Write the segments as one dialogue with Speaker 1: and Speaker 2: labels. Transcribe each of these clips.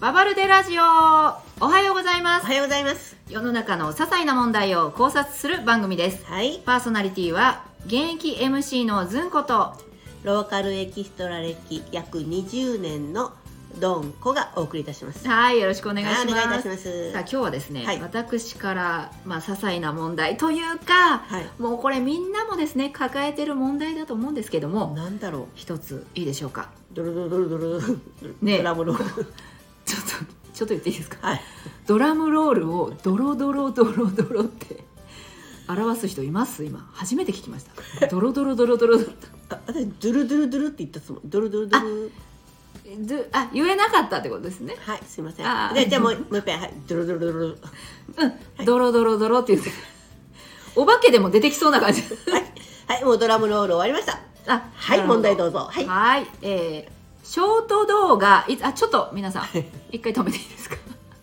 Speaker 1: ババルデラジオおはようございま
Speaker 2: お
Speaker 1: す
Speaker 2: はようございます。
Speaker 1: 世の中の些細な問題を考察する番組です
Speaker 2: はい。
Speaker 1: パーソナリティは現役 MC のずんこと
Speaker 2: ローカルエキストラ歴約20年のドンコがお送りいたします。
Speaker 1: はいよろしくお願い
Speaker 2: あ
Speaker 1: し
Speaker 2: お
Speaker 1: ます
Speaker 2: 願いいたします。
Speaker 1: さあ今日はですね、
Speaker 2: はい
Speaker 1: 私からまあ些細な問題というか
Speaker 2: はい。
Speaker 1: もうこれみんなもですね抱えてる問題だと思うんですけども
Speaker 2: なんだろう。
Speaker 1: 一ついいでしょうか
Speaker 2: ドルドルドルドルドル。
Speaker 1: ね
Speaker 2: ドラムロール。
Speaker 1: ちょっとちょっと言っていいですか
Speaker 2: はい。
Speaker 1: ドラムロールをドロドロドロドロって表す人います今初めて聞きましたドロドロドロドロドロ
Speaker 2: あ、私ドゥルドゥルドゥルって言ったつもり。ドゥルドゥルドゥル。
Speaker 1: ずあ言えなかったってことですね
Speaker 2: はい。すいません。
Speaker 1: あー
Speaker 2: じゃあじゃあもうもう一回はい。ドゥルドゥルドゥルド
Speaker 1: うんドロドロドロって言ってお化けでも出てきそうな感じ
Speaker 2: ゥル。はい。はい。もうドラムロール終わりました。
Speaker 1: あ
Speaker 2: はい。問題どうぞ。は。
Speaker 1: はいはいえーショート動画いあちょっと 皆さん一回止めていいですか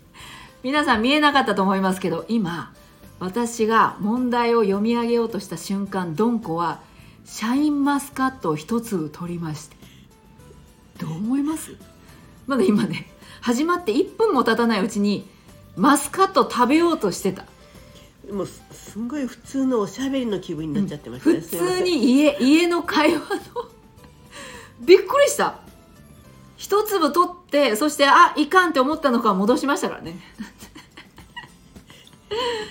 Speaker 1: 皆さん見えなかったと思いますけど今私が問題を読み上げようとした瞬間ドンコはシャインマスカットを一粒取りましてどう思いますまだ今ね始まって1分も経たないうちにマスカット食べようとしてた
Speaker 2: もうすすんごい普通のおしゃべりの気分になっちゃってましたね。
Speaker 1: 普
Speaker 2: すいませ
Speaker 1: 通
Speaker 2: ん。
Speaker 1: に家家の会話の びっくりした一粒取ってそしてあいかんって思ったのか戻しましたからね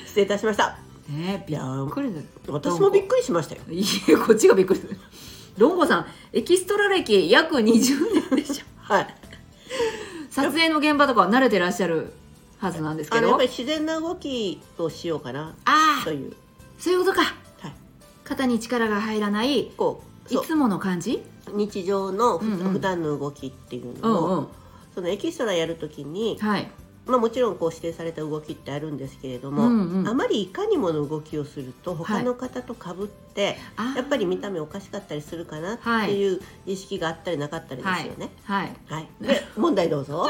Speaker 2: 失礼いたしました。
Speaker 1: ねえ
Speaker 2: い
Speaker 1: びっ
Speaker 2: や
Speaker 1: くりだ
Speaker 2: 私もびっくりしましたよ。
Speaker 1: りいえこっちがびっくりするロンゴさんエキストラ歴約20年で しょ
Speaker 2: はい。
Speaker 1: 撮影の現場とかは慣れてらっしゃるはずなんですけ
Speaker 2: あのやっ
Speaker 1: ど
Speaker 2: ぱり自然な動きをしようかな
Speaker 1: ああ
Speaker 2: という、
Speaker 1: そういうことか
Speaker 2: はい、
Speaker 1: 肩に力が入らないい
Speaker 2: こうそう
Speaker 1: つもの感じ
Speaker 2: 日常のふ
Speaker 1: うんうん
Speaker 2: 普段の動きっていう
Speaker 1: う
Speaker 2: のを、
Speaker 1: んうん
Speaker 2: そのエキストラやるときに、
Speaker 1: はい
Speaker 2: まあ、もちろんこう指定された動きってあるんですけれども、
Speaker 1: うんうん
Speaker 2: あまりいかにもの動きをする
Speaker 1: は
Speaker 2: と
Speaker 1: い
Speaker 2: 他の方とかぶって、
Speaker 1: あー
Speaker 2: やっぱり見た目おかしかったりするかな
Speaker 1: は
Speaker 2: っ
Speaker 1: い
Speaker 2: ていう意識があったりなかったりですよね。
Speaker 1: はい
Speaker 2: はい、で問題どう ぞ。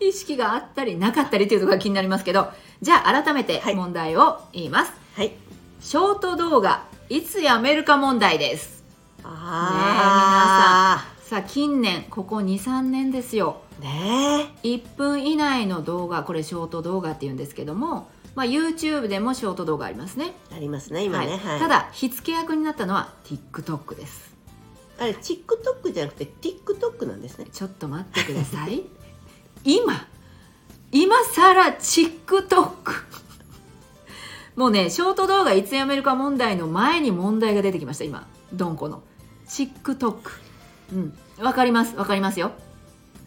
Speaker 1: 意識があったりなかったりというところが気になりますけどじゃあ改めて
Speaker 2: はい
Speaker 1: 問題を言います、
Speaker 2: はい
Speaker 1: ショート動画いつやめるか問題です
Speaker 2: あ
Speaker 1: さあ近年ここ23年ですよ
Speaker 2: ーね
Speaker 1: 1分以内の動画これショート動画っていうんですけども、まあ、YouTube でもショート動画ありますね
Speaker 2: えありますね今ね。
Speaker 1: はい
Speaker 2: はい
Speaker 1: ただ火付け役になったのは TikTok です
Speaker 2: あれ TikTok じゃなくて TikTok なんですね。
Speaker 1: ちょっと待ってください 今今さら TikTok もうねショート動画いつやめるか問題の前に問題が出てきました今どんこの TikTok うんわかりますわかりますよ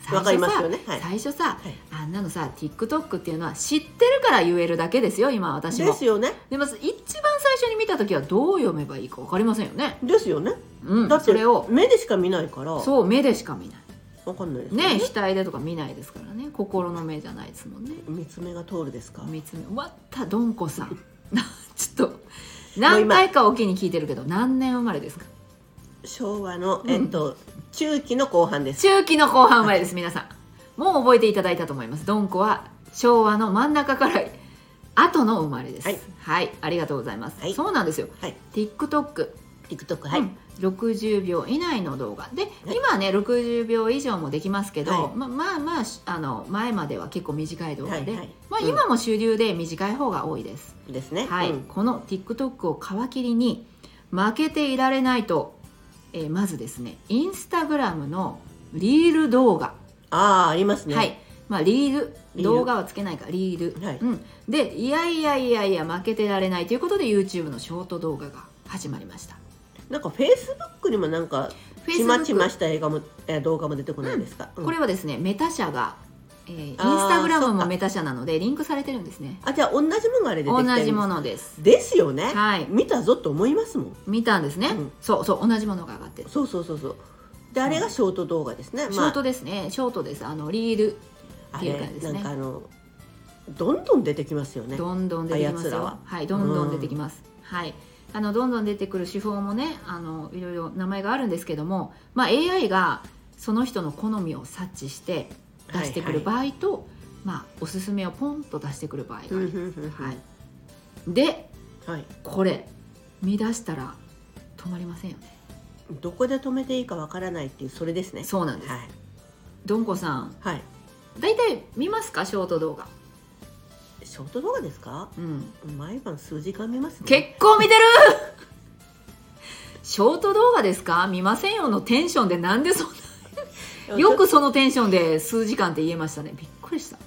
Speaker 1: 最初さ
Speaker 2: わかりますよねはい
Speaker 1: 最初さ、
Speaker 2: はい
Speaker 1: あんなのさ TikTok っていうのは知ってるから言えるだけですよ今私
Speaker 2: で
Speaker 1: も
Speaker 2: すよね。
Speaker 1: でも一番最初に見た時はどう読めばいいかわかりませんよね
Speaker 2: ですよね。
Speaker 1: うん
Speaker 2: だって
Speaker 1: それを
Speaker 2: 目でしか見ないから、わ
Speaker 1: そう目でしか見ない
Speaker 2: かんないですよ
Speaker 1: ね、額でとか見ないですからね心の目じゃないですもんね
Speaker 2: 三つ目が通るですか。
Speaker 1: 見つめ終わったどんこさ んなちょっと何回かおきに聞いてるけど何年生まれですか
Speaker 2: 昭和の
Speaker 1: うん
Speaker 2: えっと、中期の後半です。
Speaker 1: 中期の後半生まれです皆さんもう覚えていただいたと思いますどんこは昭和の真ん中から後の生まれですは
Speaker 2: はいい、
Speaker 1: ありがとうございます、
Speaker 2: はい
Speaker 1: そうなんですよ
Speaker 2: はい。
Speaker 1: TikTok
Speaker 2: TikTok はい、
Speaker 1: うん60秒以内の動画で、
Speaker 2: はい
Speaker 1: 今はね60秒以上もできますけど、
Speaker 2: はい
Speaker 1: ままあまあしあの前までは結構短い動画で、
Speaker 2: はいはい
Speaker 1: まあ、
Speaker 2: うん
Speaker 1: 今も主流で短い方が多いです、
Speaker 2: ですね。
Speaker 1: はい
Speaker 2: うん
Speaker 1: この TikTok を皮切りに負けていられないと、えーまずですねインスタグラムのリール動画、
Speaker 2: ああありますね。
Speaker 1: はい。まあ、リール
Speaker 2: リール
Speaker 1: 動画はつけないからリール、
Speaker 2: はい
Speaker 1: うん、でいやいやいやいや負けてられないということで YouTube のショート動画が始まりました
Speaker 2: なんか Facebook にもなんかちまちました映画もえー動画も出てこないですか。うん
Speaker 1: これはですねメタ社が、えーインス
Speaker 2: あー
Speaker 1: タグラム
Speaker 2: そっ
Speaker 1: も
Speaker 2: か
Speaker 1: メタ社なのでリンクされてるんですね
Speaker 2: あじゃあ同じものがあれで
Speaker 1: 同
Speaker 2: できてるんです
Speaker 1: じも。のです
Speaker 2: ですよね。
Speaker 1: はい
Speaker 2: 見たぞと思いますもん。
Speaker 1: 見たんですね、
Speaker 2: うん
Speaker 1: そうそう同じものが上がってる
Speaker 2: そうそうそうそう。であれがショート動画ですね。
Speaker 1: シ
Speaker 2: ま
Speaker 1: ョ
Speaker 2: あ
Speaker 1: ートですねショートですあのリールっ
Speaker 2: あ
Speaker 1: てい
Speaker 2: れ
Speaker 1: う感じです
Speaker 2: な
Speaker 1: ね
Speaker 2: んかあのどんどん出てきますよね。
Speaker 1: どんどん出てきます
Speaker 2: あやつら
Speaker 1: よ
Speaker 2: は
Speaker 1: はいどんどん出てきます、はいあのどんどん出てくる手法もねあのいろいろ名前があるんですけども、まあ、AI がその人の好みを察知して出してくる場合と、まあ、おすすめをポンと出してくる場合があ
Speaker 2: うん
Speaker 1: り
Speaker 2: う、んうんうん
Speaker 1: はい、で
Speaker 2: はい。
Speaker 1: これ見出したら止まりませんよね
Speaker 2: どこで止めていいかわからないっていうそれですね。
Speaker 1: そうなんです
Speaker 2: はい。
Speaker 1: どんこさん
Speaker 2: はい
Speaker 1: 大体見ますかショート動画
Speaker 2: ショート動画ですか
Speaker 1: うん
Speaker 2: 毎晩数時間見ますね
Speaker 1: 結構見てる ショート動画ですか見ませんよのテンションでなんでそんなよくそのテンションで数時間って言えましたねびっくりした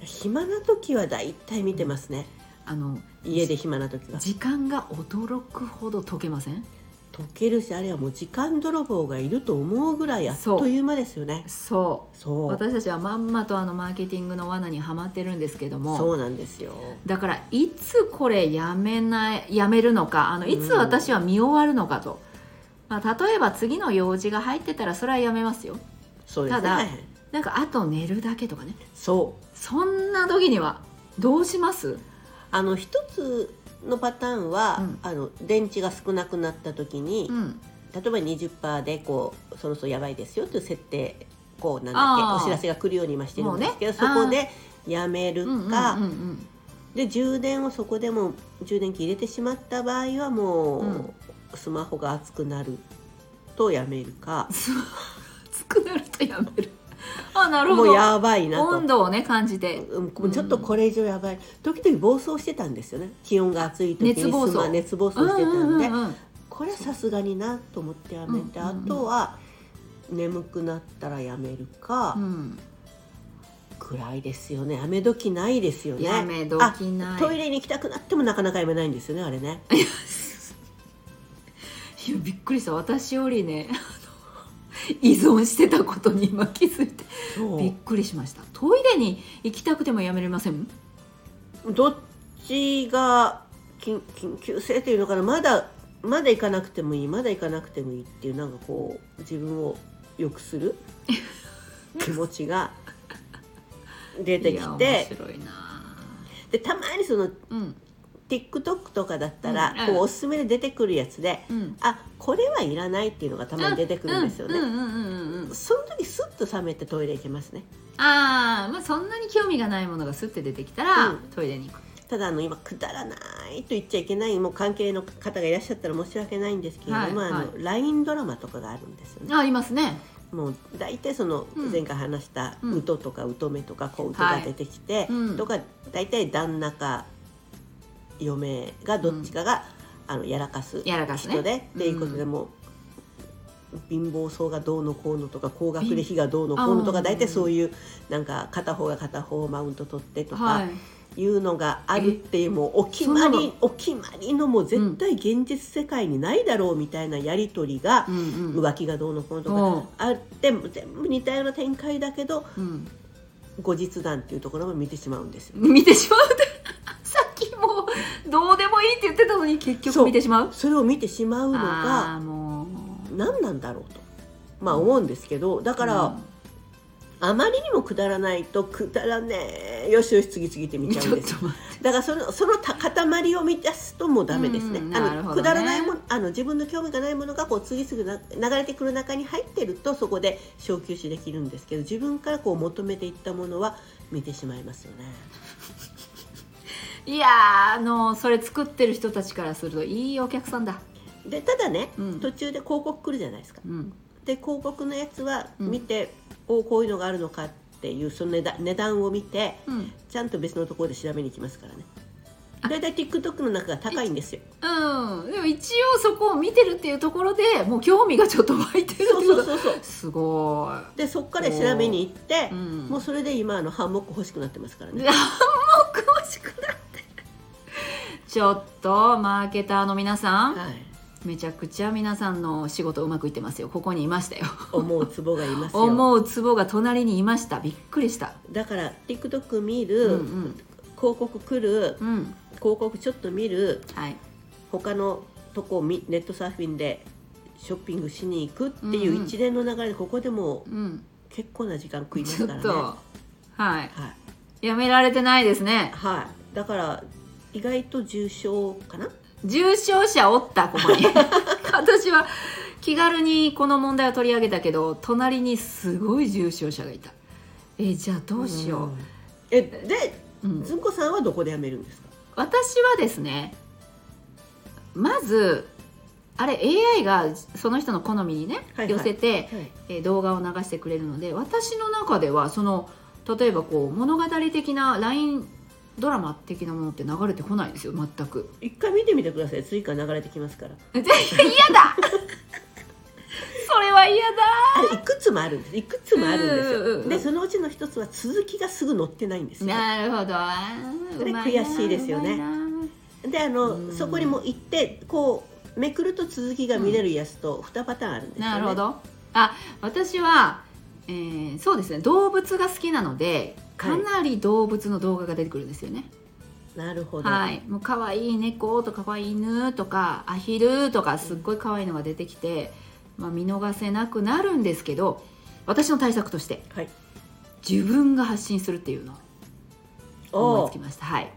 Speaker 2: 暇な時はだいたい見てますね
Speaker 1: あの
Speaker 2: 家で暇な時は
Speaker 1: 時間が驚くほど解けません
Speaker 2: 溶けるしあれはもう時間泥棒がいると思うぐらいあっという間ですよね
Speaker 1: そう
Speaker 2: そう
Speaker 1: 私たちはまんまとあのマーケティングの罠にはまってるんですけども
Speaker 2: そうなんですよ
Speaker 1: だからいつこれやめないやめるのかあのいつ
Speaker 2: うん
Speaker 1: 私は見終わるのかと、まあ、例えば次の用事が入ってたらそれはやめますよ
Speaker 2: そうですね
Speaker 1: ただなんかあと寝るだけとかね
Speaker 2: そう
Speaker 1: そんな時にはどうします
Speaker 2: あの一つのパターンは、
Speaker 1: うん
Speaker 2: あの電池が少なくなった時に、
Speaker 1: うん
Speaker 2: 例えば20%でこうそろそろやばいですよという設定こうなんだ
Speaker 1: あー
Speaker 2: っけお知らせが来るように今してるんですけど、
Speaker 1: もう
Speaker 2: そ
Speaker 1: ね
Speaker 2: こでやめる
Speaker 1: う
Speaker 2: か、
Speaker 1: んうんうん
Speaker 2: で充電をそこでも充電器入れてしまった場合はもう、
Speaker 1: うん
Speaker 2: スマホが熱くなるとやめるか
Speaker 1: 熱くなるとやめる あなる
Speaker 2: も
Speaker 1: ほ
Speaker 2: う
Speaker 1: ど
Speaker 2: やばいなと
Speaker 1: 温。度をね感じて
Speaker 2: うんもうちょっとこれ以上やばい、時々暴走してたんですよね気温が暑い時に
Speaker 1: 熱暴走
Speaker 2: スマ熱暴走してたんで、
Speaker 1: うんうんうんうん
Speaker 2: これはさすがになと思ってやめて、
Speaker 1: うんうんうん
Speaker 2: あとは眠くなったらやめるか、
Speaker 1: うん
Speaker 2: 暗いですよねやめ時ないですよね
Speaker 1: やめどきない
Speaker 2: あトイレに行きたくなってもなかなかやめないんですよねあれね
Speaker 1: いやびっくりした私よりねあの依存してたことに今気づいて
Speaker 2: そ
Speaker 1: びっくりしましたトイレに行きたくてもやめれません
Speaker 2: うどっちが緊緊急性というのかなまだまだ行かなくてもいいまだ行かなくてもいいっていうなんかこう自分を良く する気持ちが出て
Speaker 1: いや
Speaker 2: き
Speaker 1: 面
Speaker 2: て
Speaker 1: 白いな
Speaker 2: でたまにその
Speaker 1: うん、
Speaker 2: TikTok とかだったら、
Speaker 1: うんうん
Speaker 2: こうおすすめで出てくるやつで、
Speaker 1: うん、
Speaker 2: あこれはいらないっていうのがたまに出てくるんですよね、
Speaker 1: うんうんうんうんうん
Speaker 2: その時スッと冷めてトイレ行けますね
Speaker 1: ああまあそんなに興味がないものがスッて出てきたら、
Speaker 2: うん
Speaker 1: トイレに行く
Speaker 2: ただあの今くだらないと言っちゃいけないもう関係の方がいらっしゃったら申し訳ないんですけれども、
Speaker 1: はい
Speaker 2: あ
Speaker 1: は
Speaker 2: の LINE ドラマとかがあるんですよね
Speaker 1: ありますね
Speaker 2: もう大体その
Speaker 1: うん
Speaker 2: 前回話した「
Speaker 1: うん
Speaker 2: うと」とか「うとめ」とか「こうと」が出てきて、
Speaker 1: うん
Speaker 2: とか大体旦那か嫁がどっちかが、あのやらかす
Speaker 1: やらかすね
Speaker 2: 人でっていうことで
Speaker 1: うん
Speaker 2: もう貧乏層がどうのこうのとか高学歴がどうのこうのと
Speaker 1: あ
Speaker 2: か
Speaker 1: ー
Speaker 2: 大体そういうなんか片方が片方をマウント取ってと
Speaker 1: は
Speaker 2: か
Speaker 1: い
Speaker 2: いうのがあるっていうもうお決
Speaker 1: そんな
Speaker 2: ま
Speaker 1: の
Speaker 2: りお決まりのもう絶対現実世界にないだろうみたいなやり取りが
Speaker 1: うんうん
Speaker 2: 浮気がどうのこうのと
Speaker 1: おう
Speaker 2: かあって全部似たような展開だけど
Speaker 1: うん
Speaker 2: 後日談っていうところも見てしまうんですよ。
Speaker 1: 見て しまうさっきもうどうでもいいって言ってたのに結
Speaker 2: そ
Speaker 1: 局
Speaker 2: う
Speaker 1: 見てしまう
Speaker 2: それを見てしまうの
Speaker 1: あ
Speaker 2: が
Speaker 1: あもう
Speaker 2: 何なんだろうと、まあ、思うんですけどだから、
Speaker 1: うん
Speaker 2: あまりにもくだらないとくだらねえよしよし次々って見ちゃうんです
Speaker 1: ちょっ
Speaker 2: よ
Speaker 1: と待って
Speaker 2: だからそのそのた塊を満たすともうダメですね,、
Speaker 1: うん
Speaker 2: あ
Speaker 1: なる
Speaker 2: の
Speaker 1: ほどね
Speaker 2: くだらないものあの自分の興味がないものがこう次々な流れてくる中に入ってるとそこで小休止できるんですけど自分からこう求めていったものは見てしまいますよね
Speaker 1: いやーあのそれ作ってる人たちからするといいお客さんだ
Speaker 2: でただね、
Speaker 1: うん
Speaker 2: 途中で広告来るじゃないですか
Speaker 1: うん
Speaker 2: で広告のやつは
Speaker 1: うん
Speaker 2: 見て、おこういうのがあるのかっていうその値段値段を見て
Speaker 1: うん
Speaker 2: ちゃんと別のところで調べに行きますからね
Speaker 1: あ
Speaker 2: だいたい TikTok の中が高いんですよ
Speaker 1: うん、でも一応そこを見てるっていうところでもう興味がちょっと湧いてるって
Speaker 2: そう
Speaker 1: こ
Speaker 2: そう
Speaker 1: と
Speaker 2: そうそう
Speaker 1: すごい
Speaker 2: でそこから調べに行って、
Speaker 1: うん
Speaker 2: もうそれで今あのハンモック欲しくなってますからね
Speaker 1: あんま詳しくなってちょっとマーケターの皆さん
Speaker 2: はい
Speaker 1: めちゃくちゃ皆さんの仕事うまくいってますよここにいましたよ
Speaker 2: 思うツボがいます よ
Speaker 1: 思うツボが隣にいましたびっくりした
Speaker 2: だから TikTok 見
Speaker 1: う
Speaker 2: る、
Speaker 1: ん
Speaker 2: 広告来る
Speaker 1: うんうん
Speaker 2: 広告ちょっと見る
Speaker 1: はい
Speaker 2: 他のとこみネットサーフィンでショッピングしに行くってい
Speaker 1: うんう
Speaker 2: うん一連の流れでここでも
Speaker 1: うん
Speaker 2: 結構な時間食いま
Speaker 1: ち
Speaker 2: す
Speaker 1: ょ
Speaker 2: から
Speaker 1: っ
Speaker 2: ね
Speaker 1: とはい
Speaker 2: はい、
Speaker 1: やめられてないですね
Speaker 2: はい、だから意外と重症かな
Speaker 1: 重症者おったここ に私は気軽にこの問題を取り上げたけど隣にすごい重症者がいたえじゃあどうしよ
Speaker 2: んえで
Speaker 1: う、うん
Speaker 2: ずんこさんはどこで辞めるんですか
Speaker 1: 私はですねまずあれ AI がその人の好みにね、
Speaker 2: はいはい
Speaker 1: 寄せて、
Speaker 2: はい
Speaker 1: えー動画を流してくれるので私の中ではその例えばこう物語的な LINE ドラマ的なものって流れてこないんですよ全 く
Speaker 2: 一回見てみてください追加流れてきますから
Speaker 1: 嫌だ それは嫌だ
Speaker 2: あれいくつもあるんですいくつもあるんですよ、
Speaker 1: うんうんうん
Speaker 2: でそのうちの一つは続きがすぐ載ってないんですよ
Speaker 1: なるほどあー
Speaker 2: それ
Speaker 1: うまいな
Speaker 2: 悔しいですよね
Speaker 1: うまいな
Speaker 2: であの、
Speaker 1: うん
Speaker 2: そこにも行ってこうめくると続きが見れるやつと2パターンあるんですよ、ね
Speaker 1: なるほどあ私は、えーそうですね動物が好きなのでかなり動物の動画が出てくるんですよね
Speaker 2: なるほど、
Speaker 1: はい、もう可愛い猫とか可愛い犬とかアヒルとかすっごい可愛いのが出てきて、まあ、見逃せなくなるんですけど私の対策として
Speaker 2: はい
Speaker 1: 自分が発信するっていうのを
Speaker 2: お
Speaker 1: 思い
Speaker 2: お
Speaker 1: つきましたはい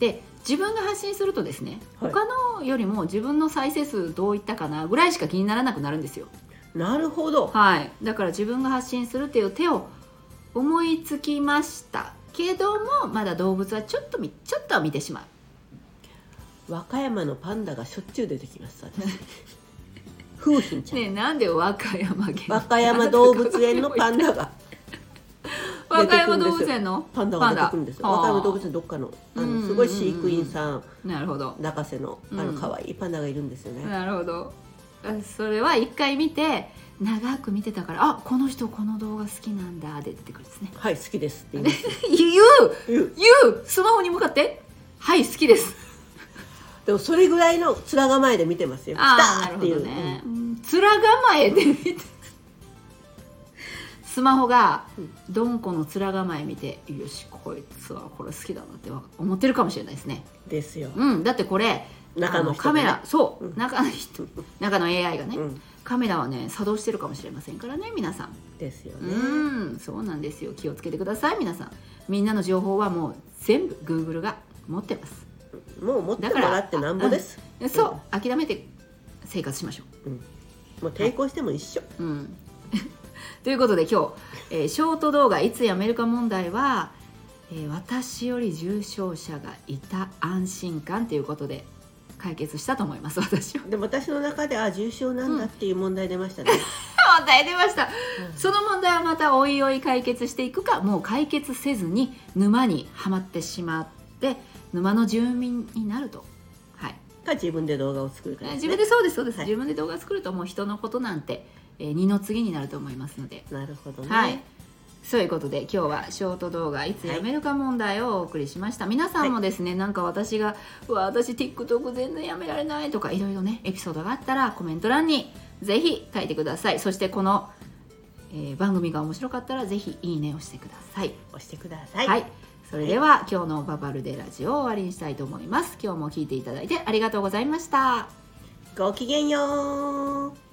Speaker 1: で自分が発信するとですね、
Speaker 2: はい
Speaker 1: 他のよりも自分の再生数どういったかなぐらいしか気にならなくなるんですよ
Speaker 2: なるほど
Speaker 1: はい、だから自分が発信するっていう手を思いつきましたけどもまだ動物はちょっとみちょっとは見てしまう
Speaker 2: 和歌山のパンダがしょっちゅう出てきま す私風浜ちゃん、
Speaker 1: ねえなんで和歌山県
Speaker 2: 和歌山動物園のパンダが
Speaker 1: 和歌山動物園の
Speaker 2: パンダが出てくるんですよ
Speaker 1: パンダ
Speaker 2: 和歌山動物園どっかのあ
Speaker 1: うんうん
Speaker 2: の
Speaker 1: うん
Speaker 2: すごい飼育員さん
Speaker 1: なるほど
Speaker 2: 泣かせのあ
Speaker 1: う
Speaker 2: の
Speaker 1: ん
Speaker 2: 可愛いパンダがいるんですよね、
Speaker 1: なるほどあそれは一回見て長く見てたからあこの人この動画好きなんだで出てくるんですね
Speaker 2: はい好きですって言います
Speaker 1: 言う
Speaker 2: 言う
Speaker 1: 言うスマホに向かってはい好きです
Speaker 2: でもそれぐらいの面構えで見てますよ
Speaker 1: ああな
Speaker 2: 来た
Speaker 1: る
Speaker 2: っ
Speaker 1: ほ
Speaker 2: てい
Speaker 1: ど
Speaker 2: う、
Speaker 1: ね、うん、面構えで見てスマホが
Speaker 2: うん
Speaker 1: ドンコの面構え見てよしこいつはこれ好きだなって思ってるかもしれないですね
Speaker 2: うんですよ
Speaker 1: うんだってこれ
Speaker 2: 中の人
Speaker 1: あカ
Speaker 2: がね
Speaker 1: メラそう、
Speaker 2: うん
Speaker 1: 中の 人中の AI がね、
Speaker 2: うん
Speaker 1: カメラはね作動してるかもしれませんからね皆さん
Speaker 2: ですよ
Speaker 1: う
Speaker 2: ね、
Speaker 1: んそうなんですよ気をつけてください皆さんみんなの情報はもう全部 Google が持ってます
Speaker 2: もう持ってもらってなんぼです
Speaker 1: そう、諦めて生活しましょう
Speaker 2: もう抵抗しても一緒
Speaker 1: うん ということで今日、えーショート動画いつやめるか問題は、えー私より重症者がいた安心感ということで解決したと思います私は
Speaker 2: でも私の中であ重症なんだっていう問題出まし たね、
Speaker 1: 問題出ましたその問題はまたおいおい解決していくかもう解決せずに沼にはまってしまって沼の住民になるとはい
Speaker 2: か自分で動画を作るから
Speaker 1: 自分でそうですそうです、
Speaker 2: はい
Speaker 1: 自分で動画作るともう人のことなんて、えー二の次になると思いますので
Speaker 2: なるほどね、
Speaker 1: はい。そういうことで今日はショート動画いつやめるか問題をお送りしました、皆さんもですね、なんか私が「うわ私 TikTok 全然やめられない」とかいろいろねエピソードがあったらコメント欄にぜひ書いてくださいそしてこの、えー番組が面白かったらぜひいいねをしてください
Speaker 2: 押してください、
Speaker 1: はい、それでは、今日の「ババルデラジオ」を終わりにしたいと思います今日も聞いていただいてありがとうございました
Speaker 2: ごきげんよう